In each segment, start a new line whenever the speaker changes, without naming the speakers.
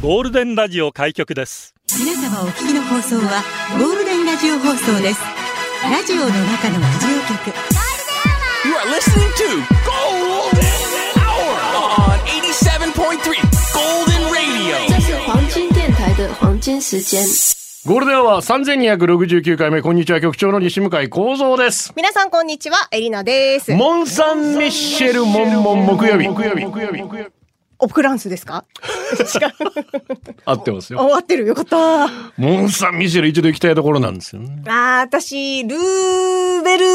ゴールデンラジオ開局です
皆様お聞きの放送はゴールデンラジオ放送ですラジオの中のラジオ局
You are listening to Golden Hour on 87.3 Golden Radio.
这是黄金电台的黄金时间。
ゴールデンは三千二百六十九回目、こんにちは、局長の西向井幸三です。
皆さんこんにちは、エリナです。
モンサンミッシェルモンモン木曜日。木曜日。木曜日。
オプランスですか違う。
合ってます
終
よ。
わってる。よかった。あ
モンサンミッシェル一度行きたいところなんですよね。
ー、私、ルーベル、ル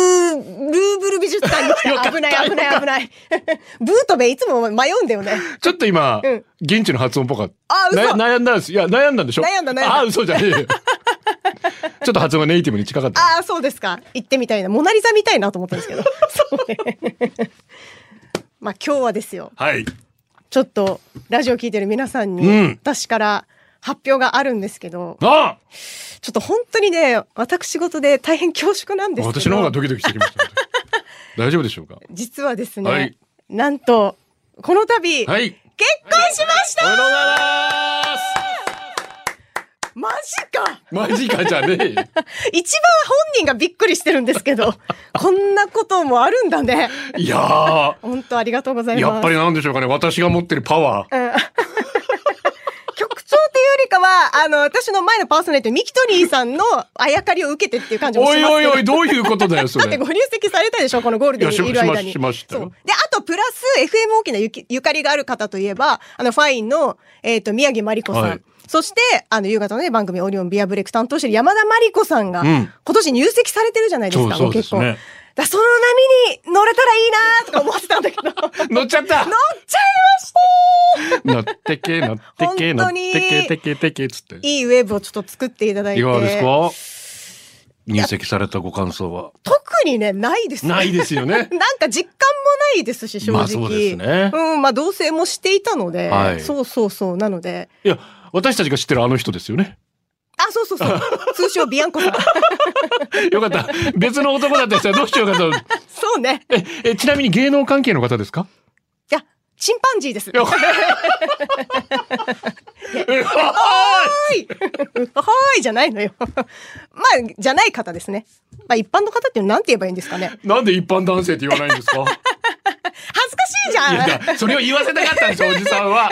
ーブル美術館に来。
よかったた
危ない、危ない、危ない。 ブートベいつも迷うんだよね。
ちょっと今、
うん
現地の発音っぽかった。
あ嘘
な悩んだんです。いや、悩んだんでしょ
悩んだ悩んだ
あ、嘘じゃねえよ。ちょっと発音がネイティブに近かった。
あー、そうですか。行ってみたいな。モナリザみたいなと思ったんで すけど。そうね。まあ今日はですよ。
はい。
ちょっと、ラジオ聞いてる皆さんに、
うん
私から発表があるんですけど、
あ
ちょっと本当にね、私事で大変恐縮なんですけど。
私の方がドキドキしてきました。大丈夫でしょうか
実はですね、
はい
なんとこの度、
はい。おめで
結婚しました、
とうござい
マジか
ますマジかじゃねえよ。
一番本人がびっくりしてるんです けどこんなこともあるんだね
いやー。
本当ありがとうございます
やっぱりなんでしょうかね私が持ってるパワー
局長っていうよりかはあの私の前のパーソナリティミキトリーさんのあやかりを受けてっていう感じもしま
お
す
い
けど
おいおいどういうことだよそ
だって
れ
ご入籍されたでしょこのゴールデンにい
いやし
る間に。
しましましたよ
そうで、あとプラス FM 大きなゆきゆかりがある方といえば、あのファインの、えっ、と、宮城真理子さん。
はい
そして、あの、夕方のね、番組オリオンビアブレイク担当してる山田真理子さんが、
うん
今年入籍されてるじゃないですか、
そうそう
ご
で
結
す
婚。
ね
だからその波に乗れたらいいなーとか思ってたん だ けど。乗っちゃ
乗っちゃ
い
った
ました
乗ってけ乗ってけ乗っ
本当
て
に
けてけてけつって
いいウェーブをちょっと作っていただいて。
いかがですか入籍されたご感想は
特にね、ないですね
ないですよ ね
なんか実感もないですし、正直。
まあそうですね
うん、まあ同棲もしていたので、
はい
そうそうそう、なので。
いや私たちが知ってるあの人ですよね
あ、そうそう そう。通称ビアンコさん。
よかった別の男だった人はどうしようかと
そうね。
ええちなみに芸能関係の方ですか
いや、チンパンジーです。
いや
はーい。 はーいじゃないのよ。 まあ、じゃない方ですね。まあ一般の方っていうのはなんて言えばいいんですかね。
なんで一般男性って言わないんです か
恥ずかしいじ
い
ゃん。
やだそれを言わせたかったんですよおじさんは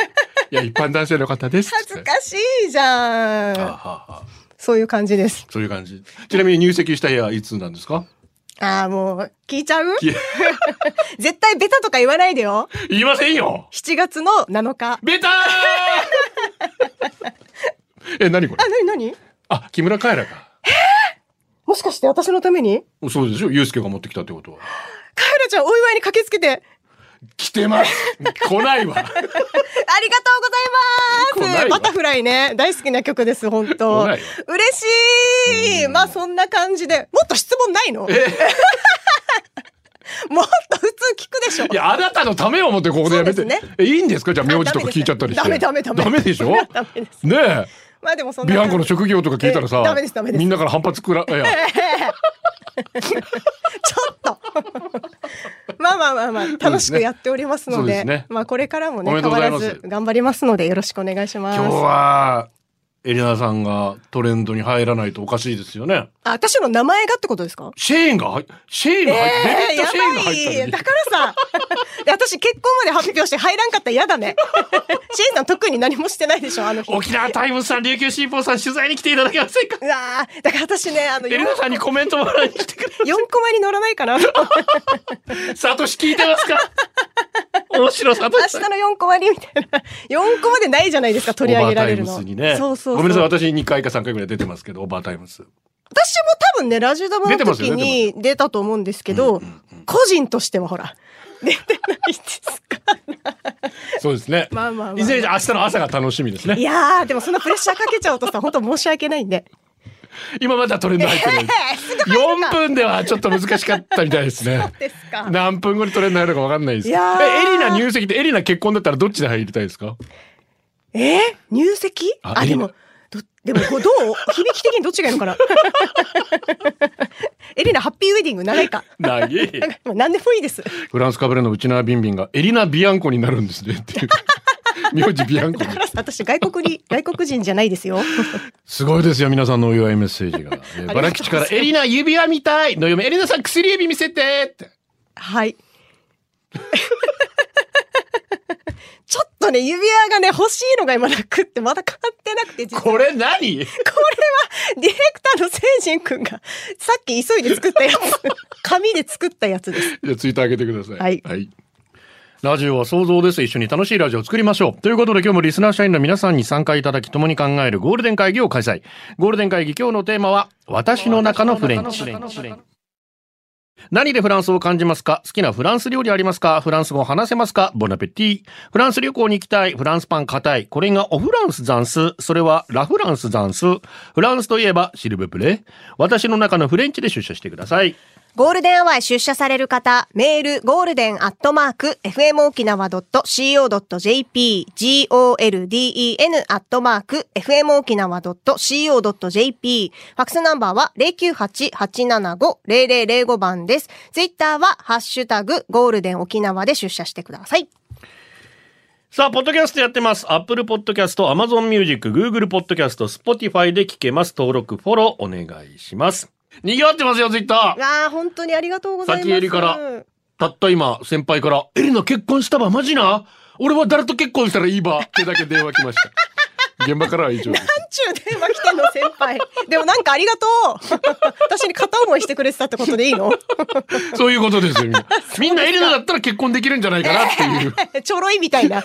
いや一般男性の方です
恥ず
し
かしいじゃん。そういう感じです。
そういう感じちなみに入籍した日はいつなんですか
ああ、もう、聞いちゃう
いや
絶対ベタとか言わないでよ。
言いませんよ
7月の7日。
ベター え、何これ
あ、なになに
あ、木村カエラか。
もしかして私のために
そうでしょゆうすけが持ってきたってことは。
カエラちゃんお祝いに駆けつけて、あり
来てます来ない わ
がとうござ
来ない
いま
わ
すバタフライね、大好きな曲です、本当
来な
嬉
い
しいまあそんな感じで、もっと質問ない のもっと普通聞くでしょ
いや、あなたのためを思ってここでやめて。
そうですね
え、いいんですかじゃあ名字とか聞いちゃったりして。
ダメダメダメ
ダメでしょ
ダメです。
ねえ。
まあでもそんな
ビアンコの職業とか聞いたらさ
え、ダメですダメです
みんなから反発くら、い や、
ちょっと まあまあまあまあ、楽しくやっておりますの
そうで
で、
すね
まあこれからもね、
おめでと
変
うご
わ
ざいま
ら
す
ず頑張りますので、よろしくお願いします。
今日は、エリナさんがトレンドに入らないとおかしいですよね。
あ、私の名前がってことですか
シェーンが入っ、シェーンが入っ、デビッド・シェーンが入ったの
やばい
に
だからさ で私結婚まで発表して入らんかったら嫌だね シェーンさん特に何もしてないでしょあの日
沖縄タイムズさん、琉球新報さん、取材に来ていただけませんか
うわーだから私ねあの
エリ
4
ナさんにコメントもらいに来てくれ。
コマに乗らないか な明日
サトシ聞いてますか面白サトシさん。
の4コマにみたいな4コマでないじゃないですか取り上げられるの
オーバータイムスにね。
そうそうそう
ごめんなさい、私2回か3回ぐらい出てますけど、オーバータイムス。
私も多分ねラジオダムの
出てます
時
よ
に出たと思うんですけど個人としてはほら出てないですか
そうですね。
まあまあまあ
いずれに明日の朝が楽しみです
い
ね。
やーでもそんなプレッシャーかけちゃうとさ本当申し訳ないんで
今まだトレンド入ってない。
えーすぐ
4分ではちょっと難しかったみたいですね。
ですか
何分後にトレンド入るか分かんないです。
いやー
えエリナ入籍ってエリナ結婚だったらどっちで入りたいですか
えー、入籍
あ
あ
いい
で
ね
もどでもこうどう響き的にどっちがいいのかな エエリナハッピーウェディング長いか。
なぎ
なんかもう何でもいいです。
フランスカブレのウチナービンビンがエリナ・ビアンコになるん ですねっていう名字ビアンコに
私外国に外国人じゃないですよ。
すごいですよ皆さんのお祝いメッセージがえー
ありがとうございます
バラ吉から「エリナ指輪みたい!」の嫁「エリナさん薬指見せて!」って
はい。 ちょっとね指輪がね欲しいのが今なくってまだ買ってなくて実はこ
これ何
れはディレクターのせいじんくんがさっき急いで作ったやつ紙で作ったやつです
じゃあツイッター上げてください。
はい
ラジオは想像です。一緒に楽しいラジオを作りましょう。ということで今日もリスナー社員の皆さんに参加いただき共に考えるゴールデン会議を開催。ゴールデン会議今日のテーマは私の中のフレンチ。何でフランスを感じますか好きなフランス料理ありますかフランス語話せますかボナペティ。フランス旅行に行きたい。フランスパン硬い。これがオフランスザンス。それはラフランスザンス。フランスといえばシルブプレ。私の中のフレンチで出社してください。
ゴールデンアワーへ出社される方、メール、ゴールデンアットマーク、fmokinawa.co.jp、golden アットマーク、fmokinawa.co.jp、ファックスナンバーは098-875-0005番です。ツイッターは、ハッシュタグ、ゴールデン沖縄で出社してください。
さあ、ポッドキャストやってます。Apple Podcast、Amazon Music、Google Podcast、Spotify で聞けます。登録、フォローお願いします。賑わってますよ、ツイッター。
ああ、本当にありがとうございます。
先襟からたった今、先輩から、エリナ結婚したば、マジな俺は誰と結婚したらいいばってだけ電話来ま した。現場からは以上です。
中電話来てんの先輩。でもなんかありがとう。 私に片思いしてくれてたってことでいいの
そういうことですよ、みん な。みんなエリナだったら結婚できるんじゃないかなっていう。
ちょろいみたいな。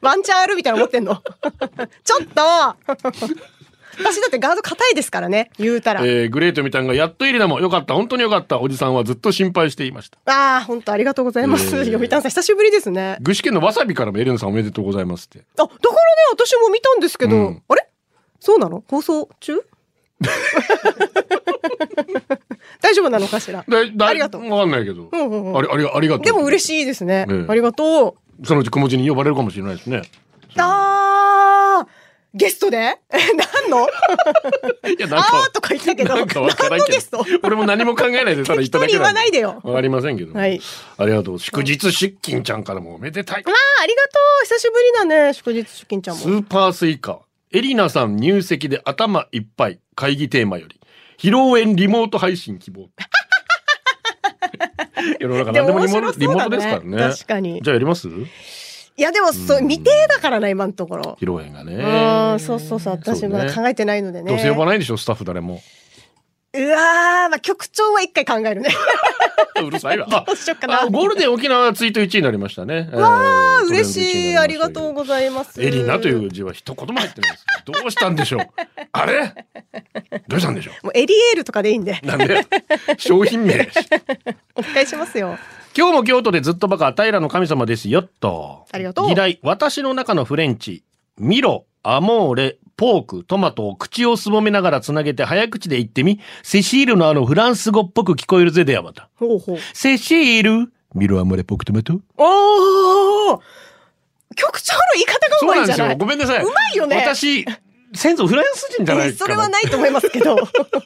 ワンチャンあるみたいな思ってんの。 ちょっと私だってガード硬いですからね、言うたら。
えー、グレートみたいなのが、やっとエリナも、よかった、本当によかった、おじさんはずっと心配していました。
ああ、本当ありがとうございます。
えー
読谷さん、久しぶりですね。
具志堅のわさびからもエリナさんおめでとうございますって。
あ、だからね、私も見たんですけど、
うん
あれそうなの放送中 大丈夫なのかしら
だいだい
ありがとう。
わかんないけど。
うんうんうん
ありありありがとう。
でも嬉
い。
しいですね。
ええ
ありがとう。
そのうち小文字に呼ばれるかもしれないですね。
あーゲストで何の
いや、なん
あ
か
ーと、か言ったけど、
なんかわからん
何の
け
ゲス
ど
ト。
俺も何も考えないで、ただ言っただけ
適当に言わないでよ
わかりませんけど。
はい。
ありがとう。祝日出勤ちゃんからもおめでたい。
あーありがとう久しぶりだね、祝日出勤ちゃん
ス
も。
ーパースイカ。エリナさん入籍で頭いっぱい。会議テーマより。披露宴リモート配信希 望。世の中何でもリモ
でも面白そうだね
リモートですからね。
確かに
じゃあやります披
いや、でも、そう、未定だからな、今のところ。
露宴が
う
ね。
ん、そうそうそう、私ま
そ
だ
うね
考えてないのでね。
どうせ呼ばないでしょ、スタッフ誰も。
うわー、まあ、局長は一回考え るね。
うるさいわ。
どうしよっかな
あゴールデン沖縄ツイート1位になりました ね。
わ
えー
ー、嬉しい、ありがとうございます。
エリナという字は一言も入ってないです。どうしたんで しょう。あれどうしたんでしょ
もうエリエールとかでいいんで
う。、なんで商品 名。
お願いしますよ。
今日も京都でずっとバカ、平の神様ですよっと。
ありがとう
議題、私の中のフレンチ。ミロ、アモーレ、ポーク、トマトを口をすぼめながらつなげて早口で言ってみ、セシールのあのフランス語っぽく聞こえるぜでやまた。
ほうほう。
セシール、ミロ、アモーレ、ポーク、トマト
おー局長の言い方がう
そう
まい
なん
んじ
で
ゃ
す
ない
よ。ごめんなさい。
うまいよね
私、先祖フランス人じゃない
え
ですか。
それはないと思いますけど。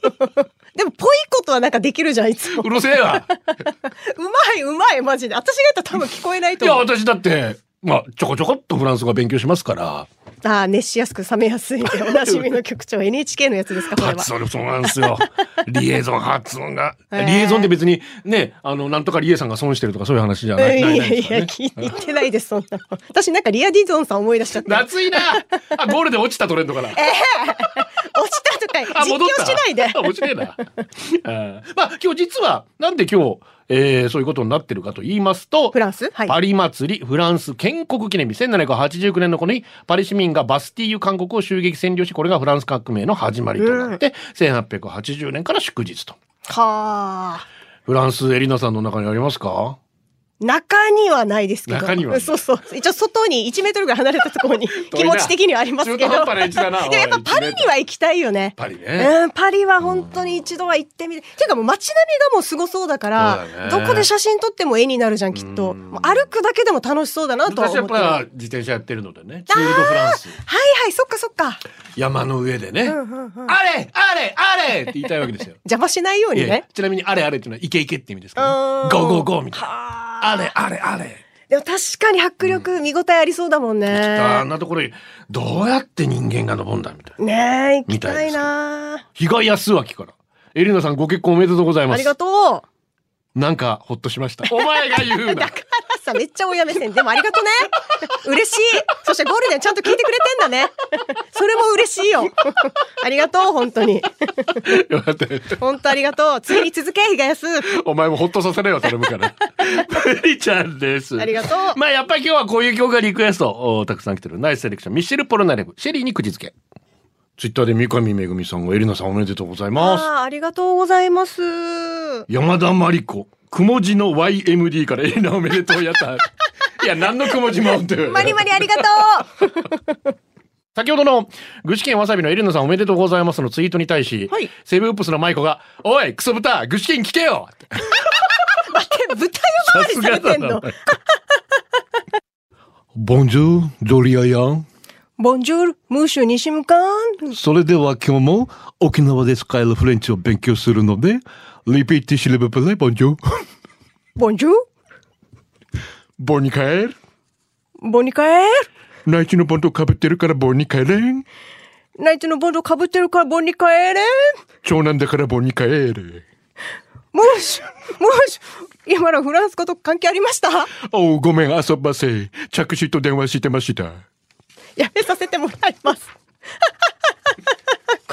でも、ぽいことはなんかできるじゃん、いつも。
うるせえ わ。
うまいうまい、マジで。私が言ったら多分聞こえない
い
と
や、
思う。
私だって、まあ、ちょこちょこっとフランス語勉強しますから。
ああ、熱しやすく冷め やすいで、おなじみの局長、NHK のやつですか、これは。
発音、そうなんです よ。リエゾン発音が。
へー
リエゾンって別に、ね、あの、なんとかリエさんが損してるとかそういう話じゃ
うん
ない。
い
な
や
い
い
な
や
いで
い
すか
や、
らね
聞いてないです、そんなの。私なんかリアディゾンさん思い出しちゃった。
夏いなあ、ゴールで落ちたトレンドから。
落ちたとか、
あ、
実
戻っ
況
た。
しないで。
あ面白いな。 あまあ、今日実は、なんで今日、えーそういうことになってるかと言いますと、
フランスはい。
パリ祭りフランス建国記念日1789年の頃にパリ市民がバスティーユ勧国を襲撃占領しこれがフランス革命の始まりとなって、1880年から祝日と
はあ。
フランスエリナさんの中にありますか
中にはないですけど。
中にはない
そうそう。一応外に1メートルぐらい離れたところに気持ち的にはありますけど。
中途半端な位置だな
でもやっぱパリには行きたいよね。
パリね
うん、パリは本当に一度は行ってみて。ていうかもう街並みがもうすごそうだから
そうだね
どこで写真撮っても絵になるじゃん、きっと。もう歩くだけでも楽しそうだなとは
私
思
や
っ
ってぱ
る。はい
自転車やってるのでねツール・ド・フランス
はい、そっかそっか。
山の上でね、
うんうんうん。
あれあれあれって言いたいわけですよ
邪魔しないように
いやい
ね
や。ちなみにあれあれっていうのはイケイケって意味ですか
う
ら、
ん
ね、ゴーゴーゴーみたいな
はあ
あれあれあれ
でも確かに迫力、見応えありそうだもん
あ
ね
ん。なところにどうやって人間が登んだみたいな
ねえ、行き
みた
た
い
い
です
な
比嘉康明からエリナさんご結婚おめでとうございま
あ
す
りがとう。
なんかほっとしま したお前が言うな
あらさ、めっちゃ親目線。でもありがとね。嬉しい。そしてゴールデンちゃんと聞いてくれてんだね。それも嬉しいよ。ありがとう、本当に。
よかった
本当ありがとう。次に続け、ひがやす。
お前もほっとさせろよ、頼む から。プリちゃんです。
ありがとう
まあ、やっぱり今日はこういう曲がリクエスト、おたくさん来てる。ナイスセレクション。ミッシェル・ポロナレフ、シェリーにくじつけ。ツイッターで三上めぐみさんがエリナさんおめでとうございます。
ああ、ありがとうございます。
山田真理子、くもじの YMD からエリナおめでとうや った。いや、何のくもじもって。
マリマリありがとう。
先ほどの具志堅わさびのエリナさんおめでとうございますのツイートに対し、
はい
セブンウップスのマイコが、おい、クソ豚、具志堅聞け よ
え豚呼ばわりされてんの。
ボンジュール、ドリアヤン。
ボンジュール、ムーシュ西向かん。
それでは今日も沖縄で使えるフレンチを勉強するので、リピートシルブプレイボンジュー。
ボンジュー
ボンに帰る。
ル、ボンに帰る。
ナイチのボンドかぶってるからボンに帰れん。
ナイトのボンド被ってるからボンに帰れ。
長男だからボンに帰れ。
ムーシュ、ムーシュ。今のフランス語と関係ありました
おう、ごめん、遊ばせ。着信と電話してました。
やめさせてもらいます。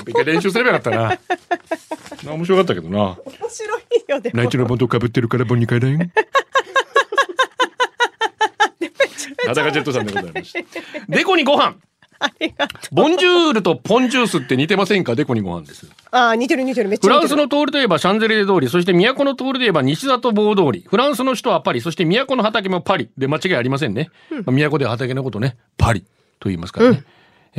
一回練習すればよかったな。面白かったけどな。
面白いよでも
ナイチのボンドかぶってるからボンに帰れん。裸ジェットさんでございます。デコにご飯。
ありがとう
ボンジュールとポンジュースって似てませんかデコにご飯です。
あー似てる似てるめっち
フ
ゃ
ラ
似て
ン
る
スの通りといえばシャンゼリゼ通り、そして都の通りといえば西里棒通り、フランスの首都はパリ、そして都の畑もパリで間違いありませんね。まあ都では畑のことね、パリと言いますからね。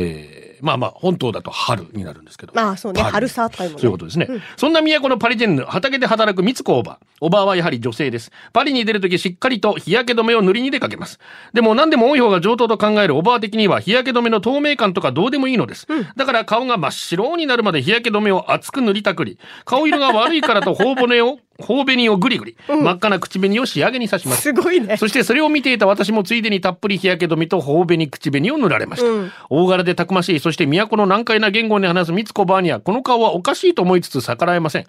えーまあまあ本当だと春になるんですけど。
まあそうね
パリ
春さとかいうもんね
そういうことですね。そんな都のパリジェンヌ、畑で働く三つ子おば。おばはやはり女性です。パリに出るときしっかりと日焼け止めを塗りに出かけます。でも何でも多い方が上等と考えるおばあ的には日焼け止めの透明感とかどうでもいいのです。だから顔が真っ白になるまで日焼け止めを厚く塗りたくり、顔色が悪いからと頬骨を、頬紅をぐりぐり、真っ赤な口紅を仕上げにさします。
すごいね
そしてそれを見ていた私もついでにたっぷり日焼け止めと頬紅口紅を塗られました、大柄でたくましいそして都の難解な言語に話す三つ子バーにはこの顔はおかしいと思いつつ逆らえま せん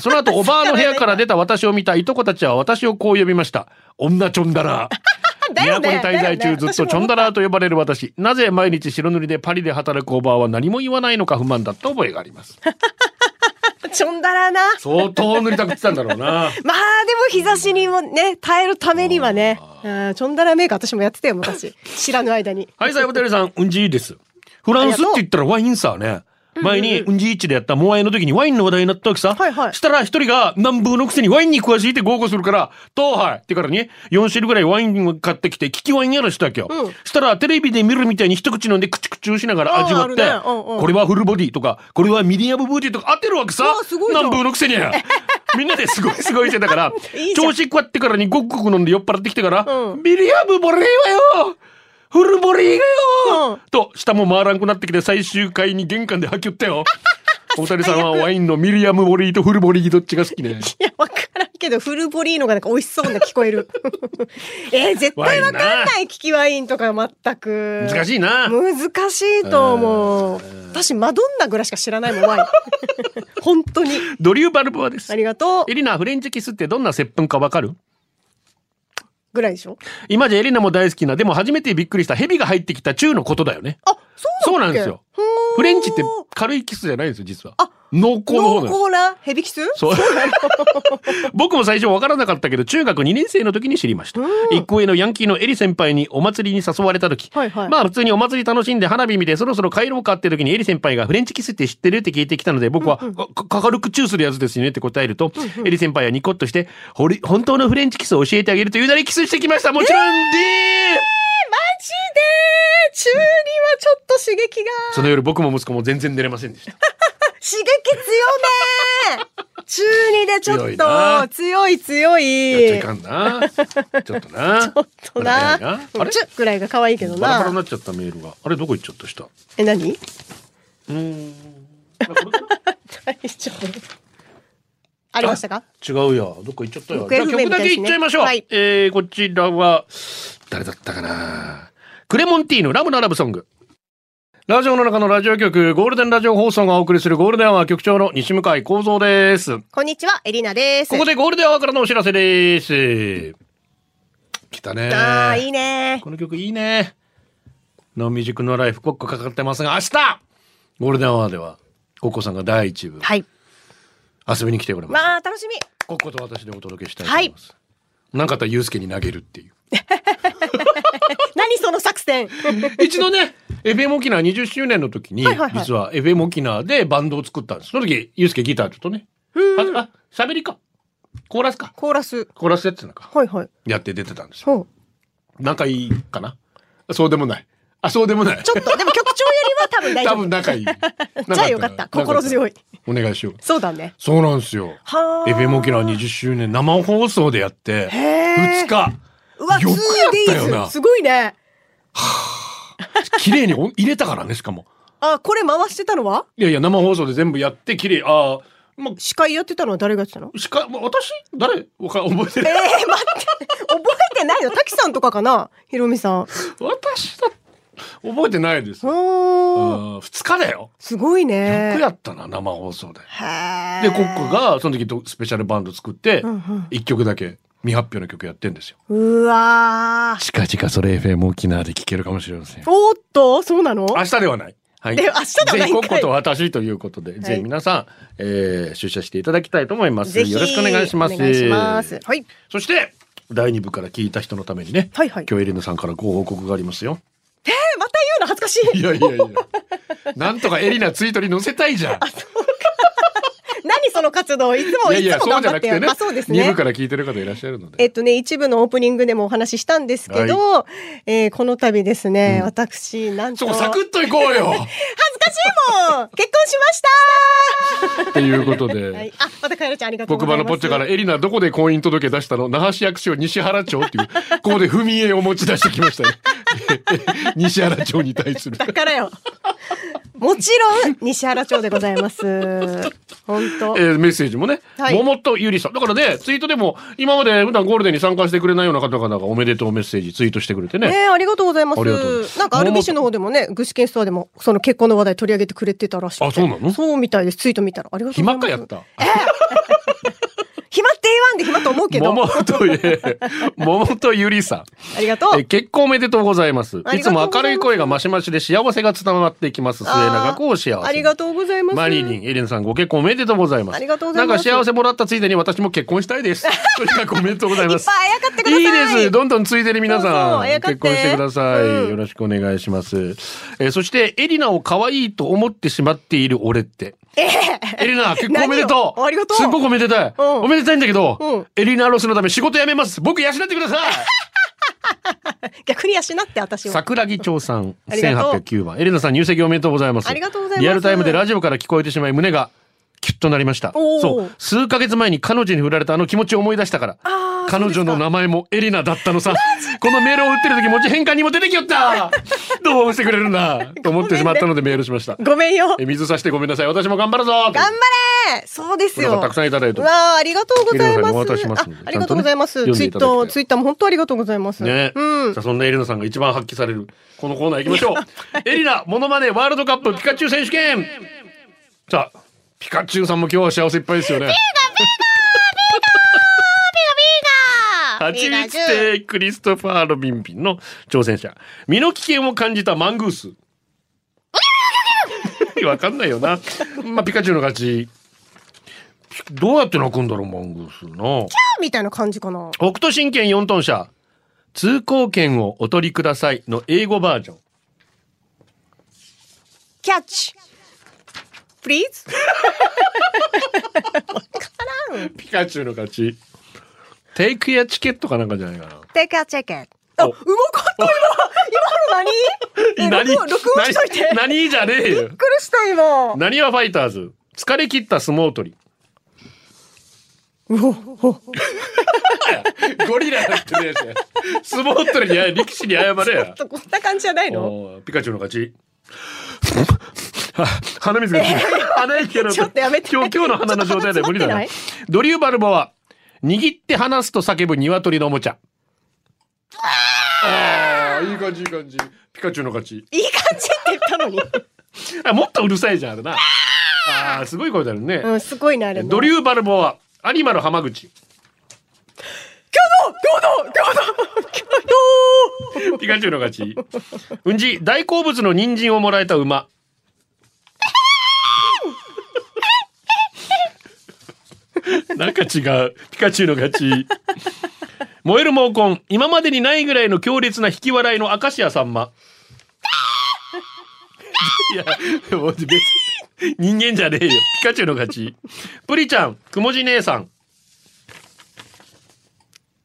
その後おばあの部屋から出た私を見たいとこたちは私をこう呼びました女ちょんだら
だよね
都に滞在
だよ
中
ね
ずっとちょんだらと呼ばれる私なぜ毎日白塗りでパリで働くおばあは何も言わないのか不満だった覚えがあります
ちょんだらな
相当塗りたくってたんだろうな
まあでも日差しにもね耐えるためにはねうんちょんだらメーカー私もやってたよ 昔知らぬ間に
はい、最後テレさん、うんじいです。フランスって言ったらワインさね。前に、うんじいちでやったモアイの時にワインの話題になったわけさ。
はいはい
したら一人が南部のくせにワインに詳しいって豪語するから、東海ってからね、4種類ぐらいワインを買ってきて、聞きワインやらしたわけよ。
うん
したらテレビで見るみたいに一口飲んで、クチクチューしながら
あー
味わって、
あるねうんうん
これはフルボディとか、これはミディアムボディとか当てるわけさ
わあす。ごいじゃん
南部 のくせに。みんなですごいすごいしてたから、
いいじゃん
調子こうやってからにごくごく飲んで酔っ払ってきてから、
うん
ミディアムボディはよフルボディがよ
うん
と下も回らんくなってきて最終回に玄関で吐きよった よお二人さんはワインのミリアムボリーとフルボリーどっちが好きね
いやわからんけどフルボリーノがなんか美味しそうな 聞こえるえー絶対わかんない聞きワインとか全く
難しいな
難しいと思う私マドンナぐらいしか知らないもんワイン 本当に
ドリュー・バルボアです
ありがとう
エリナフレンチキスってどんな接吻かわかる
ぐらいでしょ
今じゃエリナも大好きなでも初めてびっくりしたヘビが入ってきたチューのことだよね
あそう
そうな
な
んんで
だっけ
すよ
ほー
フレンチって軽いキスじゃないんですよ実は
あ
濃厚の方なの
濃厚なヘビキス
そう僕も最初分からなかったけど中学2年生の時に知りました、一個上のヤンキーのエリ先輩にお祭りに誘われた時、
はいはい
まあ普通にお祭り楽しんで花火見てそろそろ帰ろうかって時にエリ先輩がフレンチキスって知ってるって聞いてきたので僕は、かか軽くチューするやつですよねって答えると、エリ先輩はニコッとしてほり本当のフレンチキスを教えてあげるというなりキスしてきましたもちろんでー、
マジで中にはちょっと刺激が
その夜僕も息子も全然寝れませんでした
刺激強め 中二でちょ
強
っ
いな
と強い強
やっちゃい
い
かんなちょっと なちょっ
とな
あれ
ちょぐらいが可愛いけど
バラバラに
な
なっちゃったメールがあれどこ行っちゃったした
え何
うーん
大丈夫ありましたか
違うよ。どっか行っちゃったよ。
行
じゃあ
方不明
曲
みた
だ
い
け
ですね
行っちゃいましょう。
はい
えー、こちらは、誰だったかなクレモンティーヌ、ラブのラブソング。ラジオの中のラジオ局、ゴールデンラジオ放送がお送りするゴールデンアワー局長の西向井幸三です。こ
こんにちはエリナです
こでゴールデンアワーからのお知らせです。来たね。
あーいいね
この曲いいね。ノンミュージックのライフ国歌かかってますが、明日ゴールデンアワーでは、コッコさんが第一部、
はい
遊びに来てくれます。
わあ楽しみ
ここと私でお届けしたいと思います。なんかあったらユースケに投げるっていう。
何その作戦
一度ね、FM 沖縄20周年の時に、
はいはいはい
実は FM 沖縄でバンドを作ったんです。その時、ユースケギターちょっとね、あ、あ、喋りか。コーラスか。
コーラス
コーラスやってたのか。
はいはい
やって出てたんですよ。
そう
仲いいかなそうでもない。あ、そうでもない。
ちょっとでも局長よりは多分大丈
多
夫
分仲い い。
じゃあよかった心強い。
お願いしよう。
そうだね
そうなんですよ。
はあ
FM 沖縄20周年生放送でやって、
へ
2日。
うわ
よくやったよな
2days すごいね
綺麗にお入れたからね、しかも。
あこれ回してたのはい
やいや、生放送で全部やって、綺麗、ああ、まあ、
司会やってたのは誰がやってたの
しか、まあ私誰わか覚 えて
え
ない。
ー、待って覚えてないの滝さんとかかなひろみさん
私だ。覚えてないです。あ
おー
ー二日だよ。
すごいね
よくやったな、生放送で。
へ
で、コックが、その時とスペシャルバンド作って
んうん、
一曲だけ、未発表の曲やってんですよ。
ーうわー
近々それ FM 沖縄で聴けるかもしれません。
おーっとそうなの
明日ではない。はい。
え明日ではないん
ぜ
か
ひ
い
コックと私ということで、ぜひ皆さん、えー出社していただきたいと思います。よろしくお願いします。
お願いしますはい
そして、第2部から聞いた人のためにね、
はいはい
今日エリナさんからご報告がありますよ。
えまた言うの恥ずかしい
いやいやいや。なんとかエリナツイートに載せたいじゃん。
何その活動いつも
いやい
いつ
や、
も
そう
頑
じゃ
張
な
っ
く
て
てね。
まあそうです
2
ね
部から聞いてる方いらっしゃるの
え
で。
っとね、一部のオープニングでもお話ししたんですけど、えーこの度ですね、私、なん
そ
と、
こ
恥ず
サ
かし
クッといこう よ
いもん結婚しまし
っていうこと
た、はい
で、、
あ、またカエルちゃんありがとうご
黒
ざ
板
いま
の
す。
ポッチャからエリナどこで婚姻届出したの那覇市役所西原 町っていう、ここで踏み絵を持ち出してきましたね。西原町に対 する。
だからよ。もちろん、西原町でございます。本当。
えーメッセージもね、
はい
桃とゆりさん。だからね、ツイートでも、今まで普段ゴールデンに参加してくれないような方々がおめでとうメッセージツイートしてくれてね。
ねえ、ありがとうございます
ありがとうございます。
なんか、アルビッシュの方でもね、具志堅ストアでも、その結婚の話題取り上げてくれてたらしくて。
あそうなの
そうみたいです。ツイート見たら。ありがとうござい
暇
ます。
かやっ。た。
暇って言わんで暇と思うけど。
桃と、えー桃とゆりさん。
ありがとう。
えー結婚おめでとうございます。
あ
い
りがと
つ
うございます
も明るい声がマシマシで幸せが伝わっていきます。末永くお幸せに。
ありがとうございます。
マリリン、エレンさんご結婚おめでとうございます。
ありがとうございます
なんか幸せもらったついでに私も結婚したい です。とにかくおめでとうございます。
いっぱいあやかってください
いいです。どんどんついでに皆
そう
さ
そ
ん
うあやかって
結婚してください、
うん
よろしくお願いします。えーそして、エリナを可愛いと思ってしまっている俺って。エリナ、結婚おめで
何
とう。
よありがとう
すっごくおめでたい。
うん
おめでたいんだけど、
うん
エリナロスのため仕事辞めます。僕養ってください。
逆に養って私は。
桜木町さん、
ありがとう
1809番。エレナさん入籍おめでとうございます。
ありがとうございます
リアルタイムでラジオから聞こえてしまい、胸がキュッとなりました。
おー
そう。数ヶ月前に彼女に振られたあの気持ちを思い出したから。
あー
彼女の名前もエリナだったのさ。このメールを打ってる時文字変換にも出てきよった どうしてくれるんだと思ってしまったのでメールしました。
ごめんよ。
え水さしてごめんなさい。私も頑張るぞ
頑張れそうです
なん
よ。
かたくさんいただいて
うわあ、ありがとうござい
皆さんにお
ま
渡し
す。
しますんで
あありがとうございま
ちゃ
す。
んと
ツ
ね
イッ
読んでいただきたい
ター、ツイッターも本当ありがとうございます。
ね
うん
さ。あそんなエリナさんが一番発揮されるこのコーナー行きましょうエリナモノマネワールドカップピカチュウ選手権さあピカチュウさんも今日は幸せいっぱいですよねはちみつ亭クリストファー・ロビンピンの挑戦者身の危険を感じたマングース味わかんないよな。まあ、ピカチュウの勝ち。どうやって鳴くんだろう、マングースな。
みたいな感じかな。
北斗神拳4トン車。通行券をお取りくださいの英語バージョン。
キャッチ。プリーズ。
ピカチュウの勝ち。テイクやチケットかなんかじゃないかな。
テイクアチェケット。あ、うまかった今。今の何？え録音録音しといて。びっ
何何じゃねえよ。
くりした今。
何はファイターズ。疲れ切った相撲取り。
うおお。
ゴリラになってねえし。相撲取りにあや、力士に謝れや。
こんな感じじゃないの？
おーピカチュウの勝ち。 は鼻水 が出てきた。鼻息が出てき
ち
た
ょっとやめて
今日、今日の鼻の状態で無理だな
ちょっと鼻詰まってない。
ドリューバルボは、握って離すと叫ぶ鶏のおもちゃ。あーいい感じ、いい感じ。ピカチュウの勝ち。
いい感じって言ったのに。
あ、もっとうるさいじゃん、あれな。あーすごい声だよね。
うん、すごいなあれね。
ドリューバルボは、アニマル浜口。ピカチュウの勝ち。うんじ、大好物の人参をもらえた馬。なんか違う。ピカチュウの勝ち。燃える毛根。今までにないぐらいの強烈な引き笑いの明石家さんま。いや、もう別に人間じゃねえよ。ピカチュウの勝ち。プリちゃん、くもじ姉さん。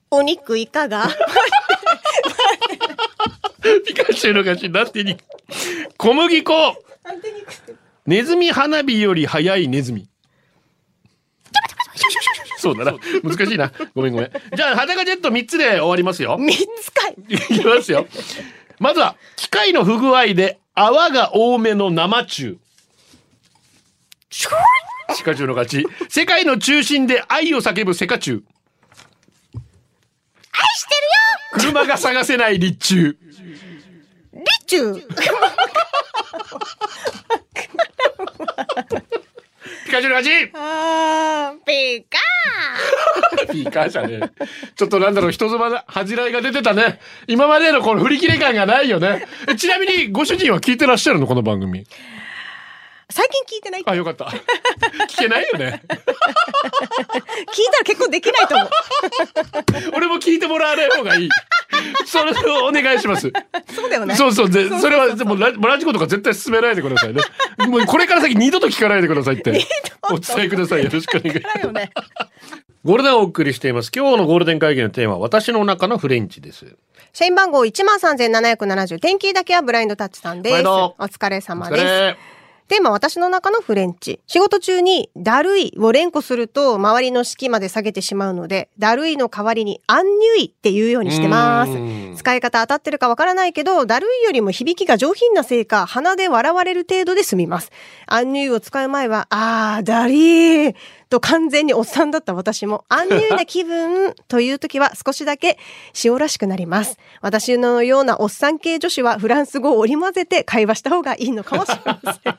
お肉いか が？
ピカチュウの勝ち。なんてに。小麦粉。ネズミ花火より早いネズミ。そうだな。難しいな。ごめんごめん。じゃあ、裸ジェット3つで終わりますよ。
三つかい。
いきますよ。まずは、機械の不具合で泡が多めの生中。シカチュウの勝ち。世界の中心で愛を叫ぶセカチュウ。愛してるよ車が探せない立中。
リチュー。
ピカチュウの勝ち
あーピカ
ピーカーじゃねえ。ちょっとなんだろう、人妻の恥じらいが出てたね。今までのこの振り切れ感がないよね。えちなみに、ご主人は聞いてらっしゃるのこの番組。
最近聞いてない。聞い
あ、よかった。聞けないよね。
たら結婚できないと思う。
俺も聞いてもらわない方がいい。それをお願いし ます。
そうだよね。
そうそう、ぜそれは、もうラもうラジコとか絶対進めないでくださいね。もうこれから先二度と聞かないでくださいって。お伝えください。よろしくお 願いします
だ。よね。
ゴールデンをお送りしています。今日のゴールデン会議のテーマは、私の中のフレンチです。
社員番号一万三千七百七十。天気だけはブラインドタッチさんです。
毎度
お疲れ
お
様
疲
です。
れ。
テーマ私の中のフレンチ。仕事中にだるいを連呼すると周りの式まで下げてしまうので、だるいの代わりにアンニュイって言うようにしてます
う。ん
使い方当たってるかわからないけど、だるいよりも響きが上品なせいか、鼻で笑われる程度で済みます。アンニュイを使う前は、あー、だりーと完全におっさんだった私も、アンニュイな気分という時は少しだけ塩らしくなり ます。私のようなおっさん系女子はフランス語を織り交ぜて会話した方がいいのかもしれません。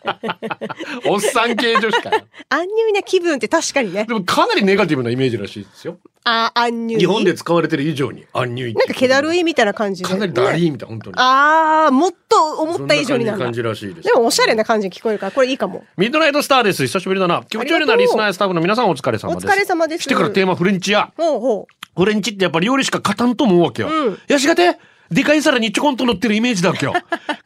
おっさん系女子かな。
アンニュイな気分って確かにね
で。もかなりネガティブなイメージらしいですよ。
あー、アンニュイ。
日本で使われてる以上に、アンニュイって
なんか気だるいみたいな感じで。
かなりダ
ね
リーみたいな、本当に。
あー、もっと思った以上にな
そ
ん
ん
だ
な感。じらしいです。
でもおしゃれな感じに聞こえるから、これいいかも。
ミッドナイトスターです。久しぶりだな。気持ち悪いな
あり
リ
がと
ス
う
ナーやスタッフの皆さんお疲れ様です。
お疲れ様です
来てからテーマフレンチや。
ほうほ
フレンチってやっぱ料理しか勝たんと思うわけよ。
うん
やしがて、でかい皿にちょこんと乗ってるイメージだっけ よ。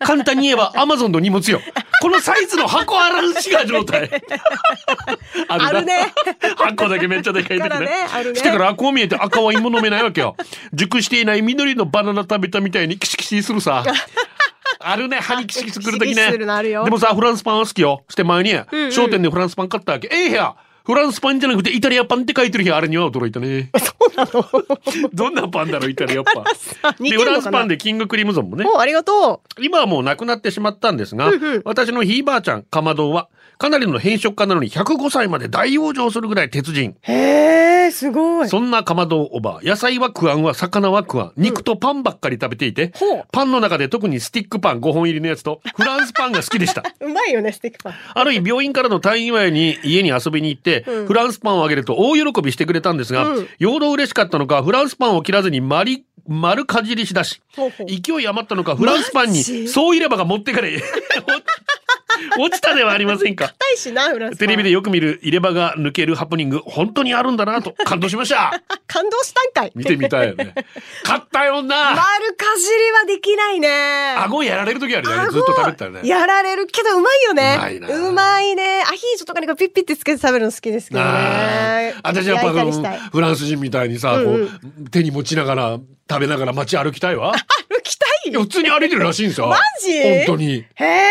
簡単に言えばアマゾンの荷物よ。このサイズの箱あらんしが状 態。あな
あるね。
箱だけめっちゃでかいんだけどね
からねあるね
してからこう見えて赤ワインも飲めないわけよ。熟していない緑のバナナ食べたみたいにキシキシするさ。あるね、歯にキシキシくるとき
キシキ
ね。
シするのあるよ
でもさ、フランスパンは好きよ。して前に、商店でフランスパン買ったわけ。ええやフランスパンじゃなくてイタリアパンって書いてる日あれには驚い たね。 どんなパンだろうイタリアパン。
似
で
て
フ
るのかな
ランスパンでキングクリムゾンもね
う。お、ありがとう。
今はもうなくなってしまったんですが、私のひいばあちゃんかまどはかなりの変色家なのに105歳まで大往生するぐらい鉄人。
へえ、すごい。
そんなかまどおばあ、野菜は食わんわ、魚は食わん、肉とパンばっかり食べていて、
ほう
パンの中で特にスティックパン5本入りのや つと、フランスパンが好きでした。
うまいよね、スティックパン。
ある日、病院からの退院祝いに家に遊びに行って、フランスパンをあげると大喜びしてくれたんですが、よほど嬉しかったのか、フランスパンを切らずに丸い、丸かじりしだし
ほうほ、う
勢い余ったのか、フランスパン
マ
に、
ジ
そういればが持ってかれ、 落ちたではありませんか。
たいしな、フランスパ
テ
ン
レビで。よく見る入れ歯が抜けるハプニング、本当にあるんだなと感動しました。
あ感動したんかい。
見てみたいよ ね。勝ったよ
丸
な。
かじりはできないね。
顎やられる時あるよね。ずっと食べてたらね。
やられるけどうまいよね。
うまいな
いうまいね。アヒージョとかにこうピッピッてつけて食べるの好きですけどね
あ。あ私やっぱ
焼いたり
そ
した
の
い
フランス人みたいにさ、
うんうん
こう手に持ちながら食べながら街歩きた いわ。
歩きたい
いや普通に歩いてるらしいんですよ。
マジ
本当に。
へえ。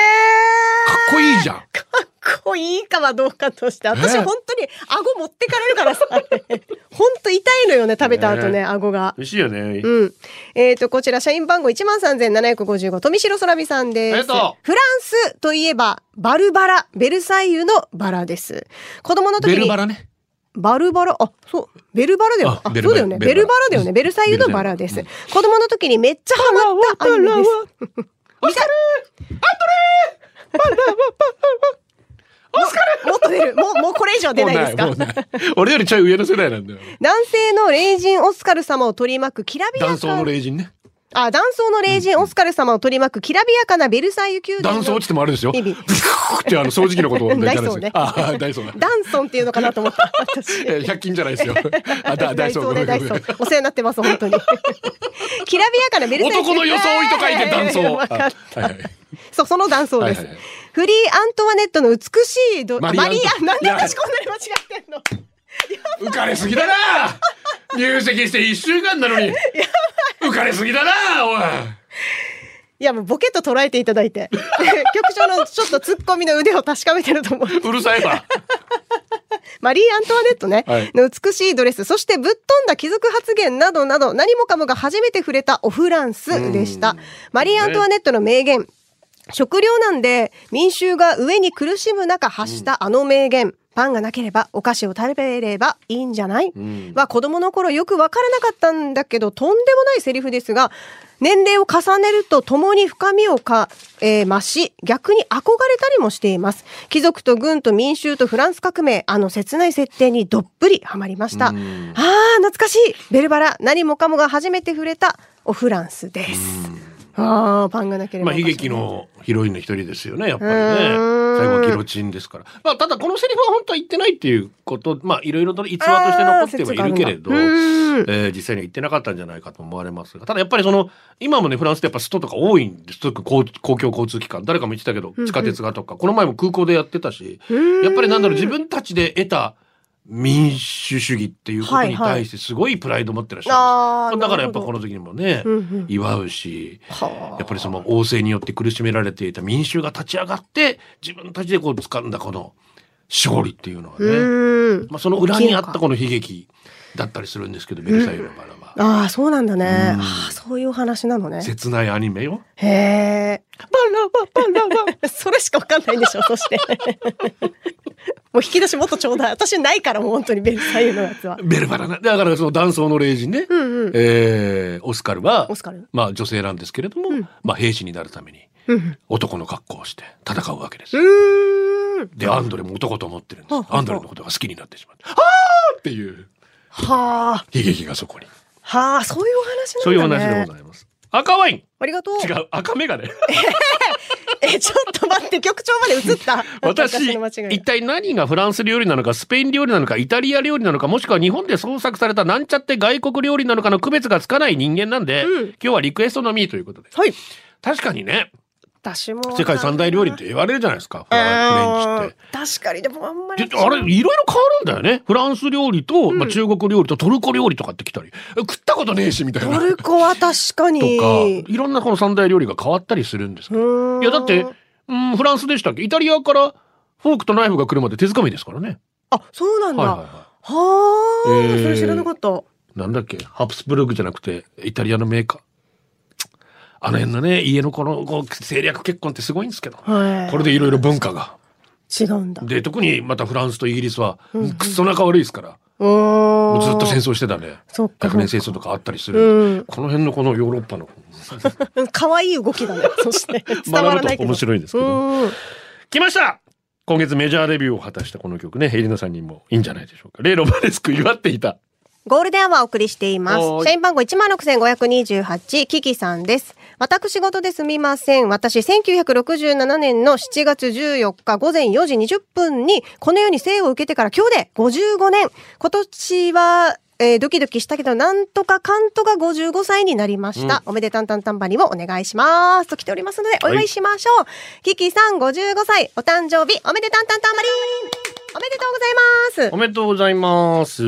かっこいいじゃん。
かっこいいかはどうかとして私
ね
本当に顎持ってかれるからさ 本当痛いのよね食べた後ね
ね
顎が。
美味しいよね。
うん、えっ、と、こちら、社員番号13,755、富城空美さんです。
ありがと
フランスといえば、バルバラ、ベルサイユのバラです。子供の時
ベ
に。
ルバラね。
バルバラ、あ、そう、ベルバラだよ。あ、
あベル
そう
バ
だ
ラ
よね。ベ
ベ
ル
ル
バ
バ
ラ
ラ
だよね。ベルサイユのバラです。子供の時にめっちゃハマったアニメです。見たもっと出る。もう、もうこれ以上出ないですか
もうないもうない俺よりちょい上の世代なんだよ。
男性の霊人オスカル様を取り巻くきらびやか
男装の霊人ね。
あ、男装の霊人オスカル様を取り巻くきらびやかなベルサイユ宮殿の。
男装落ちてもあるんですよ。
意味
ってあの掃除機のことをね
ダイ
じゃ
ソ
な
ーね
いですよ。 ああダイソーだ。
ダンソンっていうのかなと思 った。私
え百均じゃないですよ。あだダイソーごめ
で
んご
ダ
め
イソ
ん
ー。お世話になってます、本当に。 きらびやかなベルサイユ
男の装いと書いて男装。
わかった
あはいはい
そう、その男装です。
はいはいはい
フリー・アントワネットの美しいど
マリーアント
アンなんで
いや
私こんなに間違ってんの
浮かれすぎだな入籍して一週間なのに浮かれすぎだなおい
いや、もうボケと捉えていただいて。局長のちょっとツッコミの腕を確かめてると思う。
うるさいわ
マリー・アントワネットね、
はい
の美しいドレス、そしてぶっ飛んだ貴族発言などなど、何もかもが初めて触れたオフランスでした。マリー・アントワネットの名言、食糧難で民衆が上に苦しむ中発したあの名言、パンがなければお菓子を食べればいいんじゃない、は子供の頃よくわからなかったんだけど、とんでもないセリフですが、年齢を重ねるとともに深みをか、えー増し、逆に憧れたりもしています。貴族と軍と民衆とフランス革命、あの切ない設定にどっぷりハマりました。あー、懐かしいベルバラ、何もかもが初めて触れたオフランスです。ああ、パンがなければ
まあ
お菓子
悲
を
劇のヒロインの一人ですよねやっぱりね
うん
最後はギロチンですからまあただこのセリフは本当は言ってないっていうことまあいろいろと逸話として残ってはいるけれど
あー説があるんだ
えー実際には言ってなかったんじゃないかと思われますがただやっぱりその今もねフランスってやっぱストとか多いんです特に公公共交通機関誰かも言ってたけど地下鉄がとかこの前も空港でやってたしやっぱりなんだろう自分たちで得た民主主義っていうことに対してすごいプライド持ってらっしゃ
はいはいあ
る
ー
だか
な
ら
る
や
ほ
っ
ど
ぱこの時にもね
うんうん
祝うし
はあ
やっぱりその王政によって苦しめられていた民衆が立ち上がって自分たちでこう掴んだこの勝利っていうのはね
うん。
まあその裏にあったこの悲劇だったりするんですけどベルサイユのバラは
ああ、そうなんだね。
うん
ああ、そういうお話なのね。
切ないアニメよ。
へえ。バラバラバラ。 それしかわかんないんでしょ、そ して。もう引き出しもっとちょうだい。私ないから、もう本当にベルサイユのやつは。
ベルバラなだからその男装の霊人ね、
うんうん。
えーオスカルは
オスカル
まあ、女性なんですけれども、まあ、兵士になるために
うん
男の格好をして戦うわけです
う。ーん。
でアンドレも男と思ってるんです
はあ
よ
は。あ
アンドレのことが好きになってしまって「はあ!」っていう
はあ。
悲劇がそこに
はあ、そういうお話なんだ、ね。
そういうお話でございます。赤ワイン
ありがとう。
違う赤眼鏡
え、ちょっと待って、局長まで映った。
私
の間違い
一体何がフランス料理なのかスペイン料理なのかイタリア料理なのかもしくは日本で創作されたなんちゃって外国料理なのかの区別がつかない人間なんで、
うん
今日はリクエストのみということで
はい。
確かにね
私も。
世界三大料理って言われるじゃないですかフ
うん。
ランフレンチって。
確かに、でもあんまり
で。あれいろいろ変わるんだよねフランス料理と、まあ、中国料理とトルコ料理とかってきたりえ食ったことねえしみたいな
ト
と
ルコは確かに。
かいろんなこの三大料理が変わったりするんですけど
うーん
いやだってうんフランスでしたっけイタリアからフォークとナイフが来るまで手づかみですからね。
あ、そうなんだ。
はい
は
は
あ、
いはえー
それ知らなかった。
い、なんだっけハプスブルグじゃなくてイタリアのメーカーあの辺のね家のこのこう政略結婚ってすごいんですけど
はい。
これでいろいろ文化が。
違うんだ。
で特にまたフランスとイギリスはくっそ仲悪いですから。
うー
も
ん。
うずっと戦
争。
争してたね。
そっか
百年戦争とかあったりする。
うん
この辺のこのヨーロッパの
可愛い動きだね。そして伝わ
学
ら
ぶ
ないけ
と
ど。
面白いですけど。
うーん。
来ました今月メジャーデビューを果たしたこの曲ね、ヘリナさんにもいいんじゃないでしょうか。例のバレスク祝っていた。
ゴールデンアワーお送りしています
はーい。
社員番号16,528、キキさんです。私事ですみません。私、1967年の7月14日午前4時20分に、この世に生を受けてから今日で55年。今年は、えードキドキしたけど、なんとかかんとか55歳になりました。おめでたんたんたんばりをお願いします。と来ておりますので、お祝いしましょう。キキさん55歳、お誕生日、おめでたんたんたんばりおめでとうございます。
おめでとうございます。う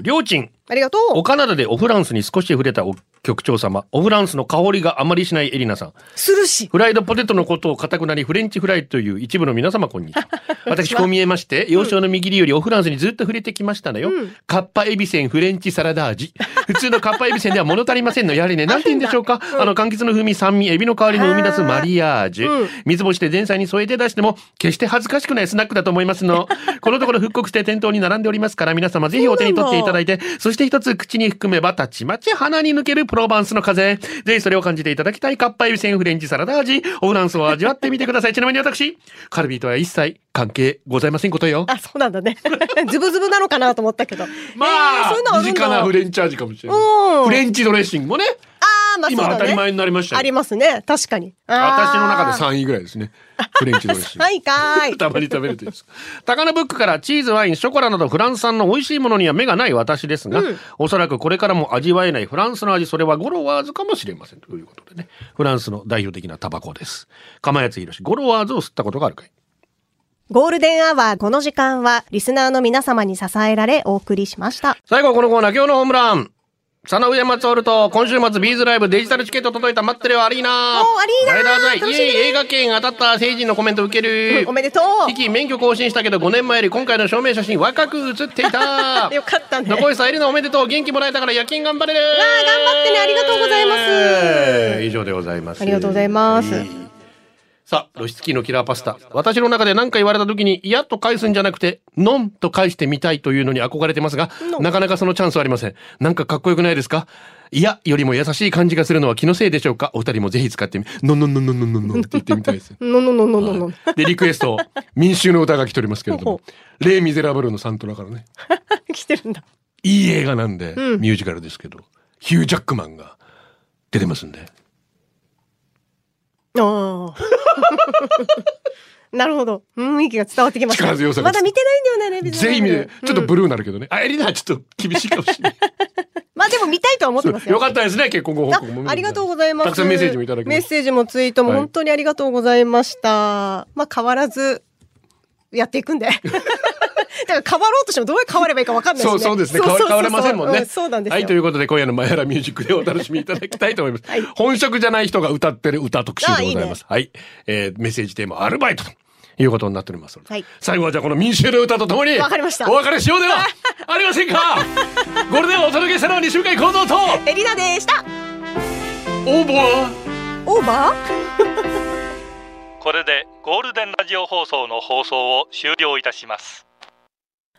ーりょうちん。
ありがと
お
う。
カナダでオフランスに少し触れたお局長様。オフランスの香りがあまりしないエリナさん。
するし。
フライドポテトのことをかたくなにフレンチフライという一部の皆様こんにち は。私こう見えまして、幼少の右利よりオフランスにずっと触れてきましたのよ。カッパエビセンフレンチサラダ 味。普通のカッパエビセンでは物足りませんの。やはりね、なんて言うんでしょうか。あの、柑橘の風味、酸味、エビの香りの生み出すマリアージュ。水干しで前菜に添えて出しても、決して恥ずかしくないスナックだと思いますの。このところ復刻して店頭に並んでおりますから、皆様ぜひお手に取っていただいて、そして一つ口に含めば、たちまち鼻に抜けるプロバンスの風。ぜひそれを感じていただきたいカッパエビセンフレンチサラダ味、オフランスを味わってみてください。ちなみに私、カルビーとは一切関係ございませんことよ。
あ、そうなんだ ね。ズブズブなのかなと思ったけど。
ま
えー
あ
そういうのあ、る
身
んだ
近なフレンチ味かもしれない
うん。
フレンチドレッシングもね、
あーまあ、そう
今
だね。
当たり前になりましたよ
ありますね。確かに。
私の中で
3
3位ぐらいですね。フレンチドレッシング。
はいかーい。
たまに食べるといいです。高野ブックからチーズ、ワイン、ショコラなどフランス産の美味しいものには目がない私ですが、おそらくこれからも味わえないフランスの味、それはゴロワーズかもしれません。ということでね、フランスの代表的なタバコです。釜谷つひろし、ゴロワーズを吸ったことがあるかい
ゴールデンアワー、この時間は、リスナーの皆様に支えられ、お送りしました。
最後はこのコーナー、今日のホームラン。佐野上松オルと今週末ビーズライブデジタルチケット届いた待ってるよアリーナ
おーアリーナ
ありがとうござい
楽しみ
イエイ映画券当たった成人のコメント受ける
おめでとう
キキ免許更新したけど5年前より今回の証明写真若く写ってい た
よかったね。
残りさんエリナおめでとう元気もらえたから夜勤頑張れるわ
あ頑張ってねありがとうございます
以上でございます
ありがとうございます
はいさあ露出機のキラーパスタ私の中で何か言われた時に「嫌」と返すんじゃなくて「のん」と返してみたいというのに憧れてますがなかなかそのチャンスはありませんなんかかっこよくないですかいやよりも優しい感じがするのは気のせいでしょうかお二人もぜひ使ってみ「のんのんのんのんのんのんのん」って言ってみたいです
のののののの。
でリクエスト民衆の歌が来ておりますけれども
ほ
「レイ・ミゼラブル」のサントラからね
来てるんだ。
いい映画なんで、ミュージカルですけど、ヒュー・ジャックマンが出てますんで。
ああ。 なるほど。雰囲気が伝わってきました。
力強さが
まだ見てないんだよね、レビジョ
ぜ
ン
ひ見て、ちょっと
うん
ブルーになるけどね。あ、エリナはちょっと厳しいかもし れない。
まあでも見たいとは思ってますよ。
よかったですね、結婚ご報
あ
告も。
ありがとうございます。
たくさんメッセージもいただきま
メッ
した。
セージもツイートも
はい
本当にありがとうございました。まあ変わらずやっていくんで。 だから変わろうとしてもどう変わればいいかわかんないしね。
そうそうですね。
そ
変
う
わ
そう
変われませんもん
う
ね。
そうなんですよ。
はい、ということで今夜のマヤラミュージックでお楽しみいただきたいと思います。
はい
本職じゃない人が歌ってる歌特集でございます。はい。えーメッセージテーマ、アルバイトということになっておりますので。
はい
最後はじゃあこの民衆の歌とともに、
わかりました
お別れしよう ではありませんかゴールデンをお届けしたのは西向井幸三と、
エリナでした。
応募は
オーバー。
これでゴールデンラジオ放送の放送を終了いたします